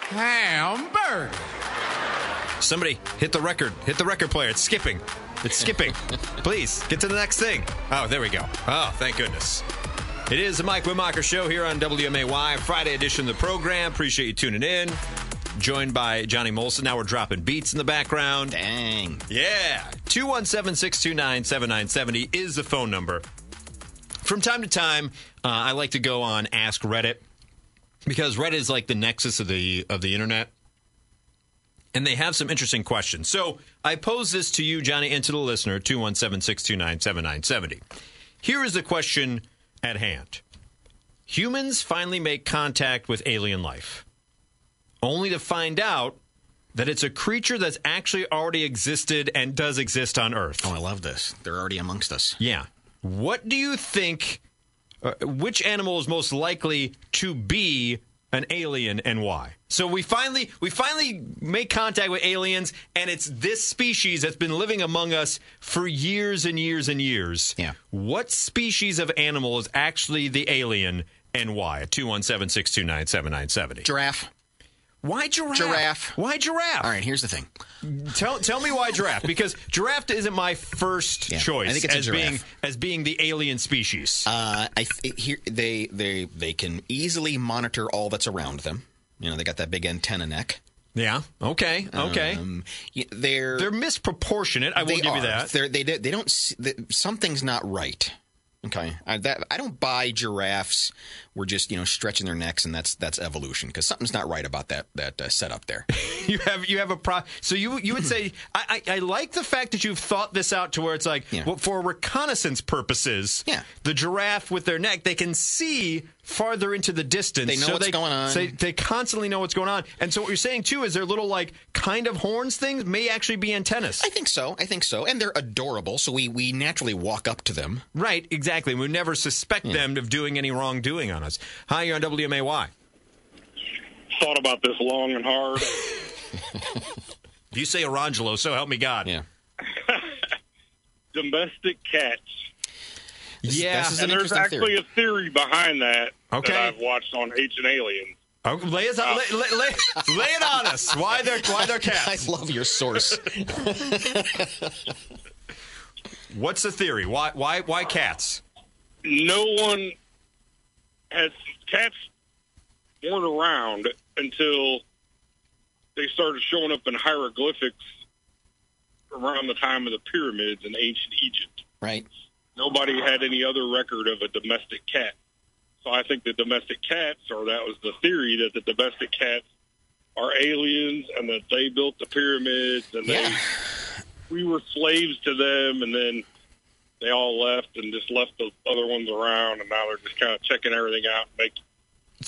Hamburger. Somebody hit the record. Hit the record player. It's skipping. It's skipping. Please get to the next thing. Oh, there we go. Oh, thank goodness. It is the Mike Wimacher Show here on WMAY, Friday edition of the program. Appreciate you tuning in. Joined by Johnny Molson. Now we're dropping beats in the background. Dang. Yeah. 217 629 7970 is the phone number. From time to time, uh, I like to go on Ask Reddit because Reddit is like the nexus of the of the internet. And they have some interesting questions. So I pose this to you, Johnny, and to the listener, 217 629 7970. Here is the question at hand Humans finally make contact with alien life, only to find out that it's a creature that's actually already existed and does exist on Earth. Oh, I love this. They're already amongst us. Yeah. What do you think? Uh, which animal is most likely to be an alien and why? So we finally we finally make contact with aliens, and it's this species that's been living among us for years and years and years. Yeah. What species of animal is actually the alien and why? Two one seven six two nine seven nine seventy. Giraffe. Why giraffe? Giraffe. Why giraffe? All right, here's the thing. Tell tell me why giraffe because giraffe isn't my first Yeah, I choice think it's a as giraffe. being as being the alien species. Uh, I th- here they they they can easily monitor all that's around them. You know, they got that big antenna neck. yeah. Okay. Okay. Um, y- they're They're misproportionate. I will they give are. you that. They're, they do- they don't s- th something's not right. Okay, I, that I don't buy giraffes. We're just you know stretching their necks, and that's that's evolution because something's not right about that that uh, setup there. you have you have a pro. So you you would say I, I I like the fact that you've thought this out to where it's like Yeah. well, for reconnaissance purposes. Yeah. The giraffe with their neck, they can see farther into the distance. They know so what's they, going on. so They, they constantly know what's going on. And so what you're saying too is their little like kind of horns things may actually be antennas. I think so. I think so, and they're adorable. So we we naturally walk up to them. Right, exactly. We never suspect them of doing any wrongdoing on us. Hi, you're on WMAY. thought about this long and hard. If you say Orangelo, so help me God. Yeah, Domestic cats. Yeah. This is an and there's interesting actually theory. a theory behind that Okay. that I've watched on Ancient Aliens. Oh, lay, us, lay, lay, lay- lay it on us. Why they're why they're I cats? love your source. What's the theory? Why why why cats? No one has cats weren't around until they started showing up in hieroglyphics around the time of the pyramids in ancient Egypt. right. Nobody had any other record of a domestic cat. So I think the domestic cats, or that was the theory, that the domestic cats are aliens and that they built the pyramids and they Yeah. we were slaves to them and then they all left and just left the other ones around and now they're just kind of checking everything out. Make you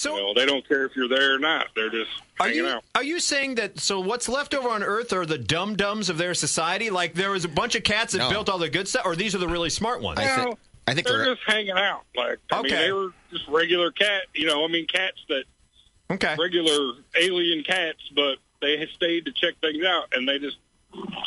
So know they don't care if you're there or not. They're just are hanging you out. are you saying that so what's left over on Earth are the dum dums of their society? Like there was a bunch of cats that No. built all the good stuff, or these are the really smart ones? I, thi- Well, I think They're they're. just hanging out. Like I mean, Okay. they were just regular cat. You know, I mean, cats that okay. regular alien cats, but they had stayed to check things out, and they just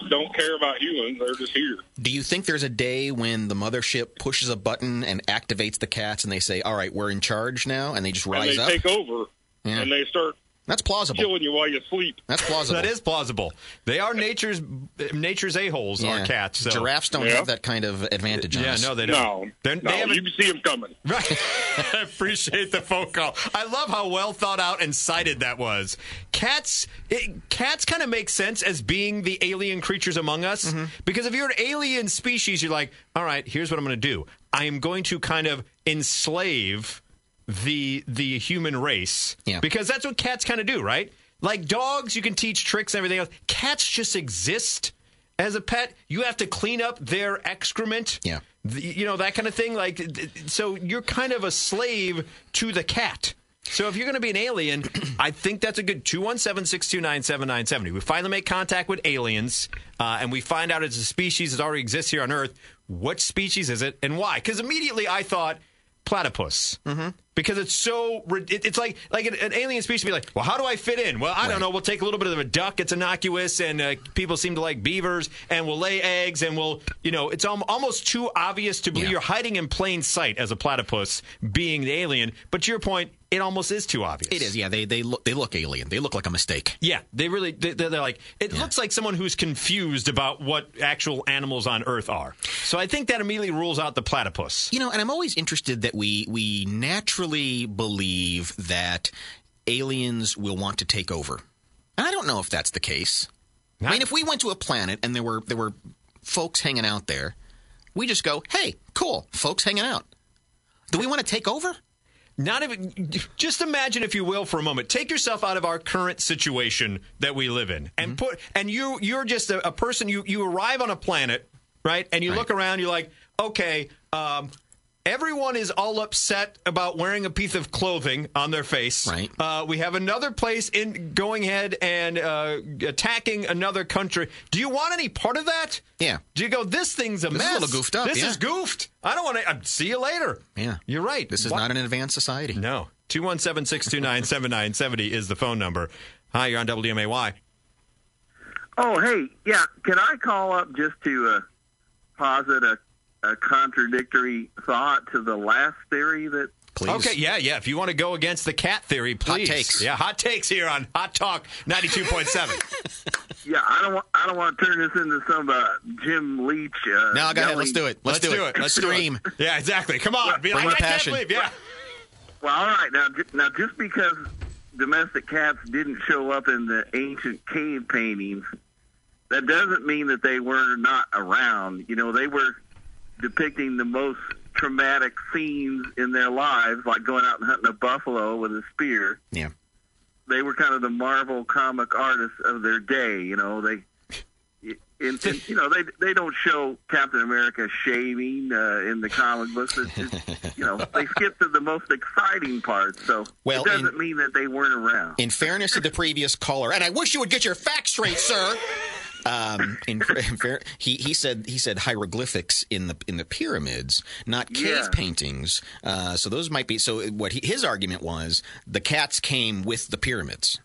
don't care about humans. They're just here. Do you think there's a day when the mothership pushes a button and activates the cats, and they say, "All right, we're in charge now," and they just And rise they up? take over, Yeah. and they start That's plausible. killing you while you sleep. That's plausible. That is plausible. They are nature's nature's a holes Yeah. are cats. So. Giraffes don't Yeah. have that kind of advantage on Yeah, us. no, they No, don't. They're- no, they haven't- you can see them coming. Right. I appreciate the phone call. I love how well thought out and cited that was. Cats it, cats kind of make sense as being the alien creatures among us because if you're an alien species you're like, all right, here's what I'm going to do. I am going to kind of enslave the the human race Yeah. because that's what cats kind of do, right? Like dogs you can teach tricks and everything else. Cats just exist as a pet. You have to clean up their excrement Yeah. the- you know that kind of thing like th- th- so you're kind of a slave to the cat so if you're going to be an alien i think that's a good 217-629-7970 we finally make contact with aliens uh, and we find out it's a species that already exists here on earth what species is it and why because immediately i thought platypus mm-hmm. because it's so rid- it, it's like like an, an alien species be like, well, how do I fit in? Well, I don't Right. know. We'll take a little bit of a duck. It's innocuous, and uh, people seem to like beavers, and we'll lay eggs, and we'll you know, it's al- almost too obvious to believe Yeah. you're hiding in plain sight as a platypus being the alien. But to your point, it almost is too obvious. It is, yeah. They they look they look alien. They look like a mistake. Yeah, they really they, they're they're like it looks like someone who's confused about what actual animals on Earth are. So I think that immediately rules out the platypus. You know, and I'm always interested that we we naturally believe that aliens will want to take over. And I don't know if that's the case. I mean, if we went to a planet and there were there were folks hanging out there, we just go, "Hey, cool, folks hanging out." Do we want to take over? Not even just imagine if you will for a moment. Take yourself out of our current situation that we live in, and Mm-hmm. put and you you're just a, a person. You you arrive on a planet, right? And you look around. You're like, okay. Um, Everyone is all upset about wearing a piece of clothing on their face. Right. Uh, we have another place in going ahead and uh, attacking another country. Do you want any part of that? Yeah. Do you go? This thing's a is a mess. little goofed up, This yeah." is goofed. I don't want to. Uh, see you later. Yeah. You're right. This is Why- not an advanced society. no. 217 629 7970 is the phone number. Hi, you're on WDMAY. Oh, hey, yeah. Can I call up just to uh, posit a, a contradictory thought to the last theory that? Please. Okay, yeah, yeah. If you want to go against the cat theory, please. takes. Yeah, hot takes here on Hot Talk 92.7. Yeah, I don't. Want, I don't want to turn this into some uh, Jim Leach. Uh, Now, go ahead. Let's do it. Let's, Let's do it. Let's do it. Scream. yeah, exactly. Come on. Be Bring like, the I can't passion. believe, yeah. Well, all right. Now, ju- now, just because domestic cats didn't show up in the ancient cave paintings, that doesn't mean that they were not around. You know, they were depicting the most traumatic scenes in their lives, like going out and hunting a buffalo with a spear. Yeah. They were kind of the Marvel comic artists of their day. You know, they. And, and you know they they don't show Captain America shaving uh, in the comic books. It's just, you know they skip to the most exciting parts, so Well, it doesn't in- mean that they weren't around. In fairness to the previous caller, and I wish you would get your facts straight, sir. Um, in, in fair, he he said he said hieroglyphics in the in the pyramids, not cave Yeah. paintings. Uh, so those might be. So what he, his argument was, the cats came with the pyramids.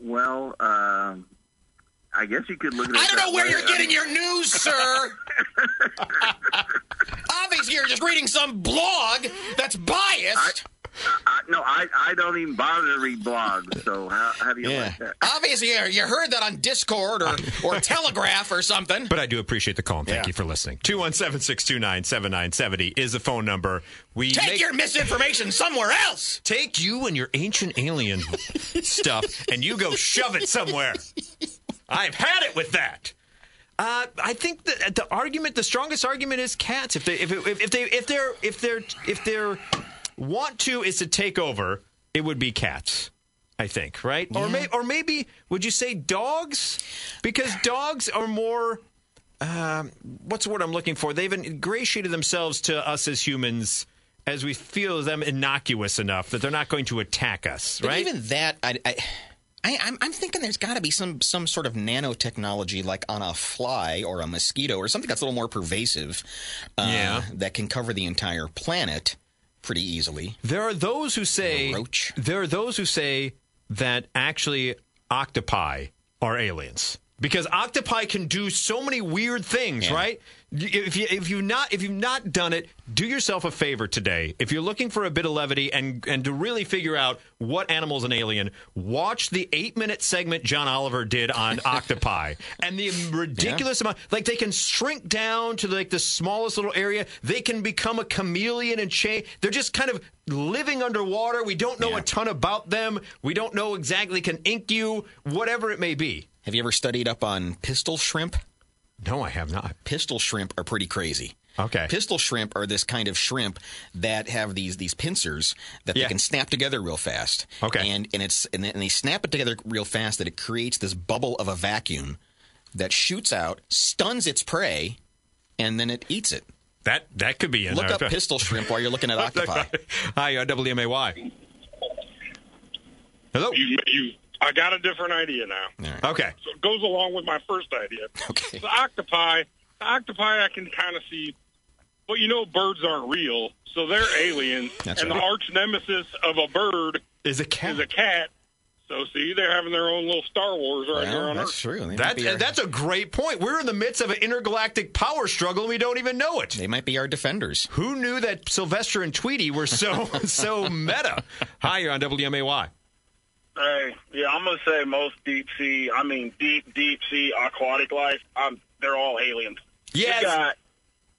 well, um, I guess you could look at. It I don't that know where way. you're I getting mean, your news, sir. Obviously, you're just reading some blog that's biased. I, no, I I don't even bother to read blogs. So how, how do you yeah. like that? Obviously, you- you heard that on Discord or, or Telegraph or something. But I do appreciate the call and thank Yeah. you for listening. 217 629 7970 is the phone number. We Take make- your misinformation somewhere else. take you and your ancient alien stuff and you go shove it somewhere. I've had it with that. Uh, I think that the argument, the strongest argument, is cats. If they, if, it, if they, if they're, if they're, if they're want to is to take over, it would be cats. I think, right? Or may, or maybe would you say dogs? Because dogs are more. Um, what's the word I'm looking for? They've ingratiated themselves to us as humans as we feel them innocuous enough that they're not going to attack us, But right? even that, I, I, I I'm, I'm thinking there's got to be some some sort of nanotechnology, like on a fly or a mosquito or something that's a little more pervasive. Uh, Yeah. that can cover the entire planet pretty easily. There are those who say A roach. There are those who say that actually octopi are aliens because octopi can do so many weird things, Yeah. right? Y- If you if you not if you've not done it, do yourself a favor today. If you're looking for a bit of levity and and to really figure out what animal's an alien, watch the eight minute segment John Oliver did on octopi and the ridiculous amount. Like they can shrink down to like the smallest little area. They can become a chameleon and change. They're just kind of living underwater. We don't know Yeah. a ton about them. We don't know exactly can ink you, whatever it may be. Have you ever studied up on pistol shrimp? No, I have not. Pistol shrimp are pretty crazy. Okay. Pistol shrimp are this kind of shrimp that have these these pincers that Yeah. they can snap together real fast. Okay. And and it's and they, and they snap it together real fast that it creates this bubble of a vacuum that shoots out, stuns its prey, and then it eats it. That that could be in Look our- up pistol shrimp while you're looking at octopi. Hi, uh, WMAY. Hello. You, you, I got a different idea now. Okay. So it goes along with my first idea. Okay. The octopi, the octopi, I can kind of see, But you know, birds aren't real, so they're aliens. That's and right. the arch nemesis of a bird Is a cat. is a cat. So see, they're having their own little Star Wars right there Well, on that's Earth. true. They might That, be our- that's a great point. We're in the midst of an intergalactic power struggle and we don't even know it. they might be our defenders. Who knew that Sylvester and Tweety were so so meta? Hi, you're on WMAY. Hey, yeah, I'm gonna say most deep sea. I mean, deep, deep sea aquatic life. I'm. They're all aliens. Yes. You got,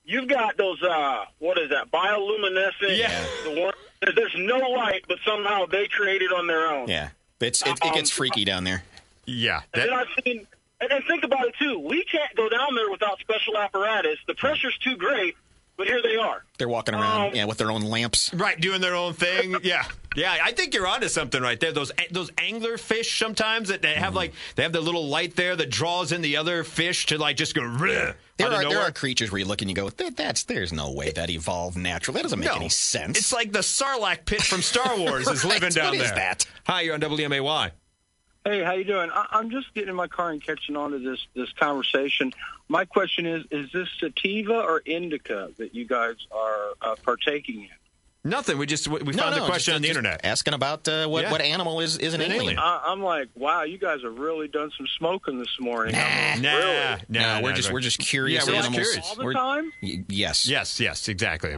you've got those. Uh, what is that? Bioluminescent. Yeah. The one, there- there's no light, but somehow they create it on their own. Yeah, it's it, it Um, gets freaky down there. Yeah. And then that- I've seen. And then think about it too. We can't go down there without special apparatus. The pressure's too great. But here they are. They're walking around, um, yeah, with their own lamps. right, doing their own thing. Yeah. Yeah, I think you're onto something right there. Those those angler fish sometimes that they Mm-hmm. have like they have the little light there that draws in the other fish to like just go. There There are, there are creatures where you look and you go, that, that's there's no way that evolved naturally. That doesn't make any sense. It's like the Sarlacc pit from Star Wars is Right, living down what there. is that? Hi, you're on WMAY. Hey, how you doing? I, I'm just getting in my car and catching on to this this conversation. My question is: Is this sativa or indica that you guys are uh, partaking in? Nothing. We just we we No, found no, the question just- on the just internet. asking about uh, what Yeah. what animal is is an, An alien. alien. I, I'm like, wow, you guys have really done some smoking this morning. Nah. Nah, nah, eh. no, we're nah, just nah. we're just curious Yeah, we're just animals. curious. All the We're- time? y- yes. Yes, yes, exactly.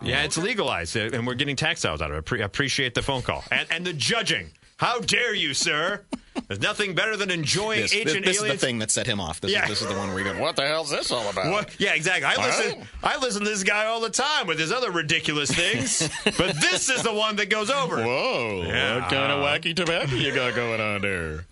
yeah, it's legalized, uh, and we're getting tax dollars out of it. Pre- appreciate the phone call and and the judging. How dare you, sir? There's nothing better than enjoying This, this, ancient this is the aliens. thing that set him off. This, Yeah. is, this is the one where you go, what the hell's this all about? What? Yeah, exactly. I listen. I listen to this guy all the time with his other ridiculous things, but this is the one that goes over. Whoa, Yeah. of wacky tobacco you got going on there?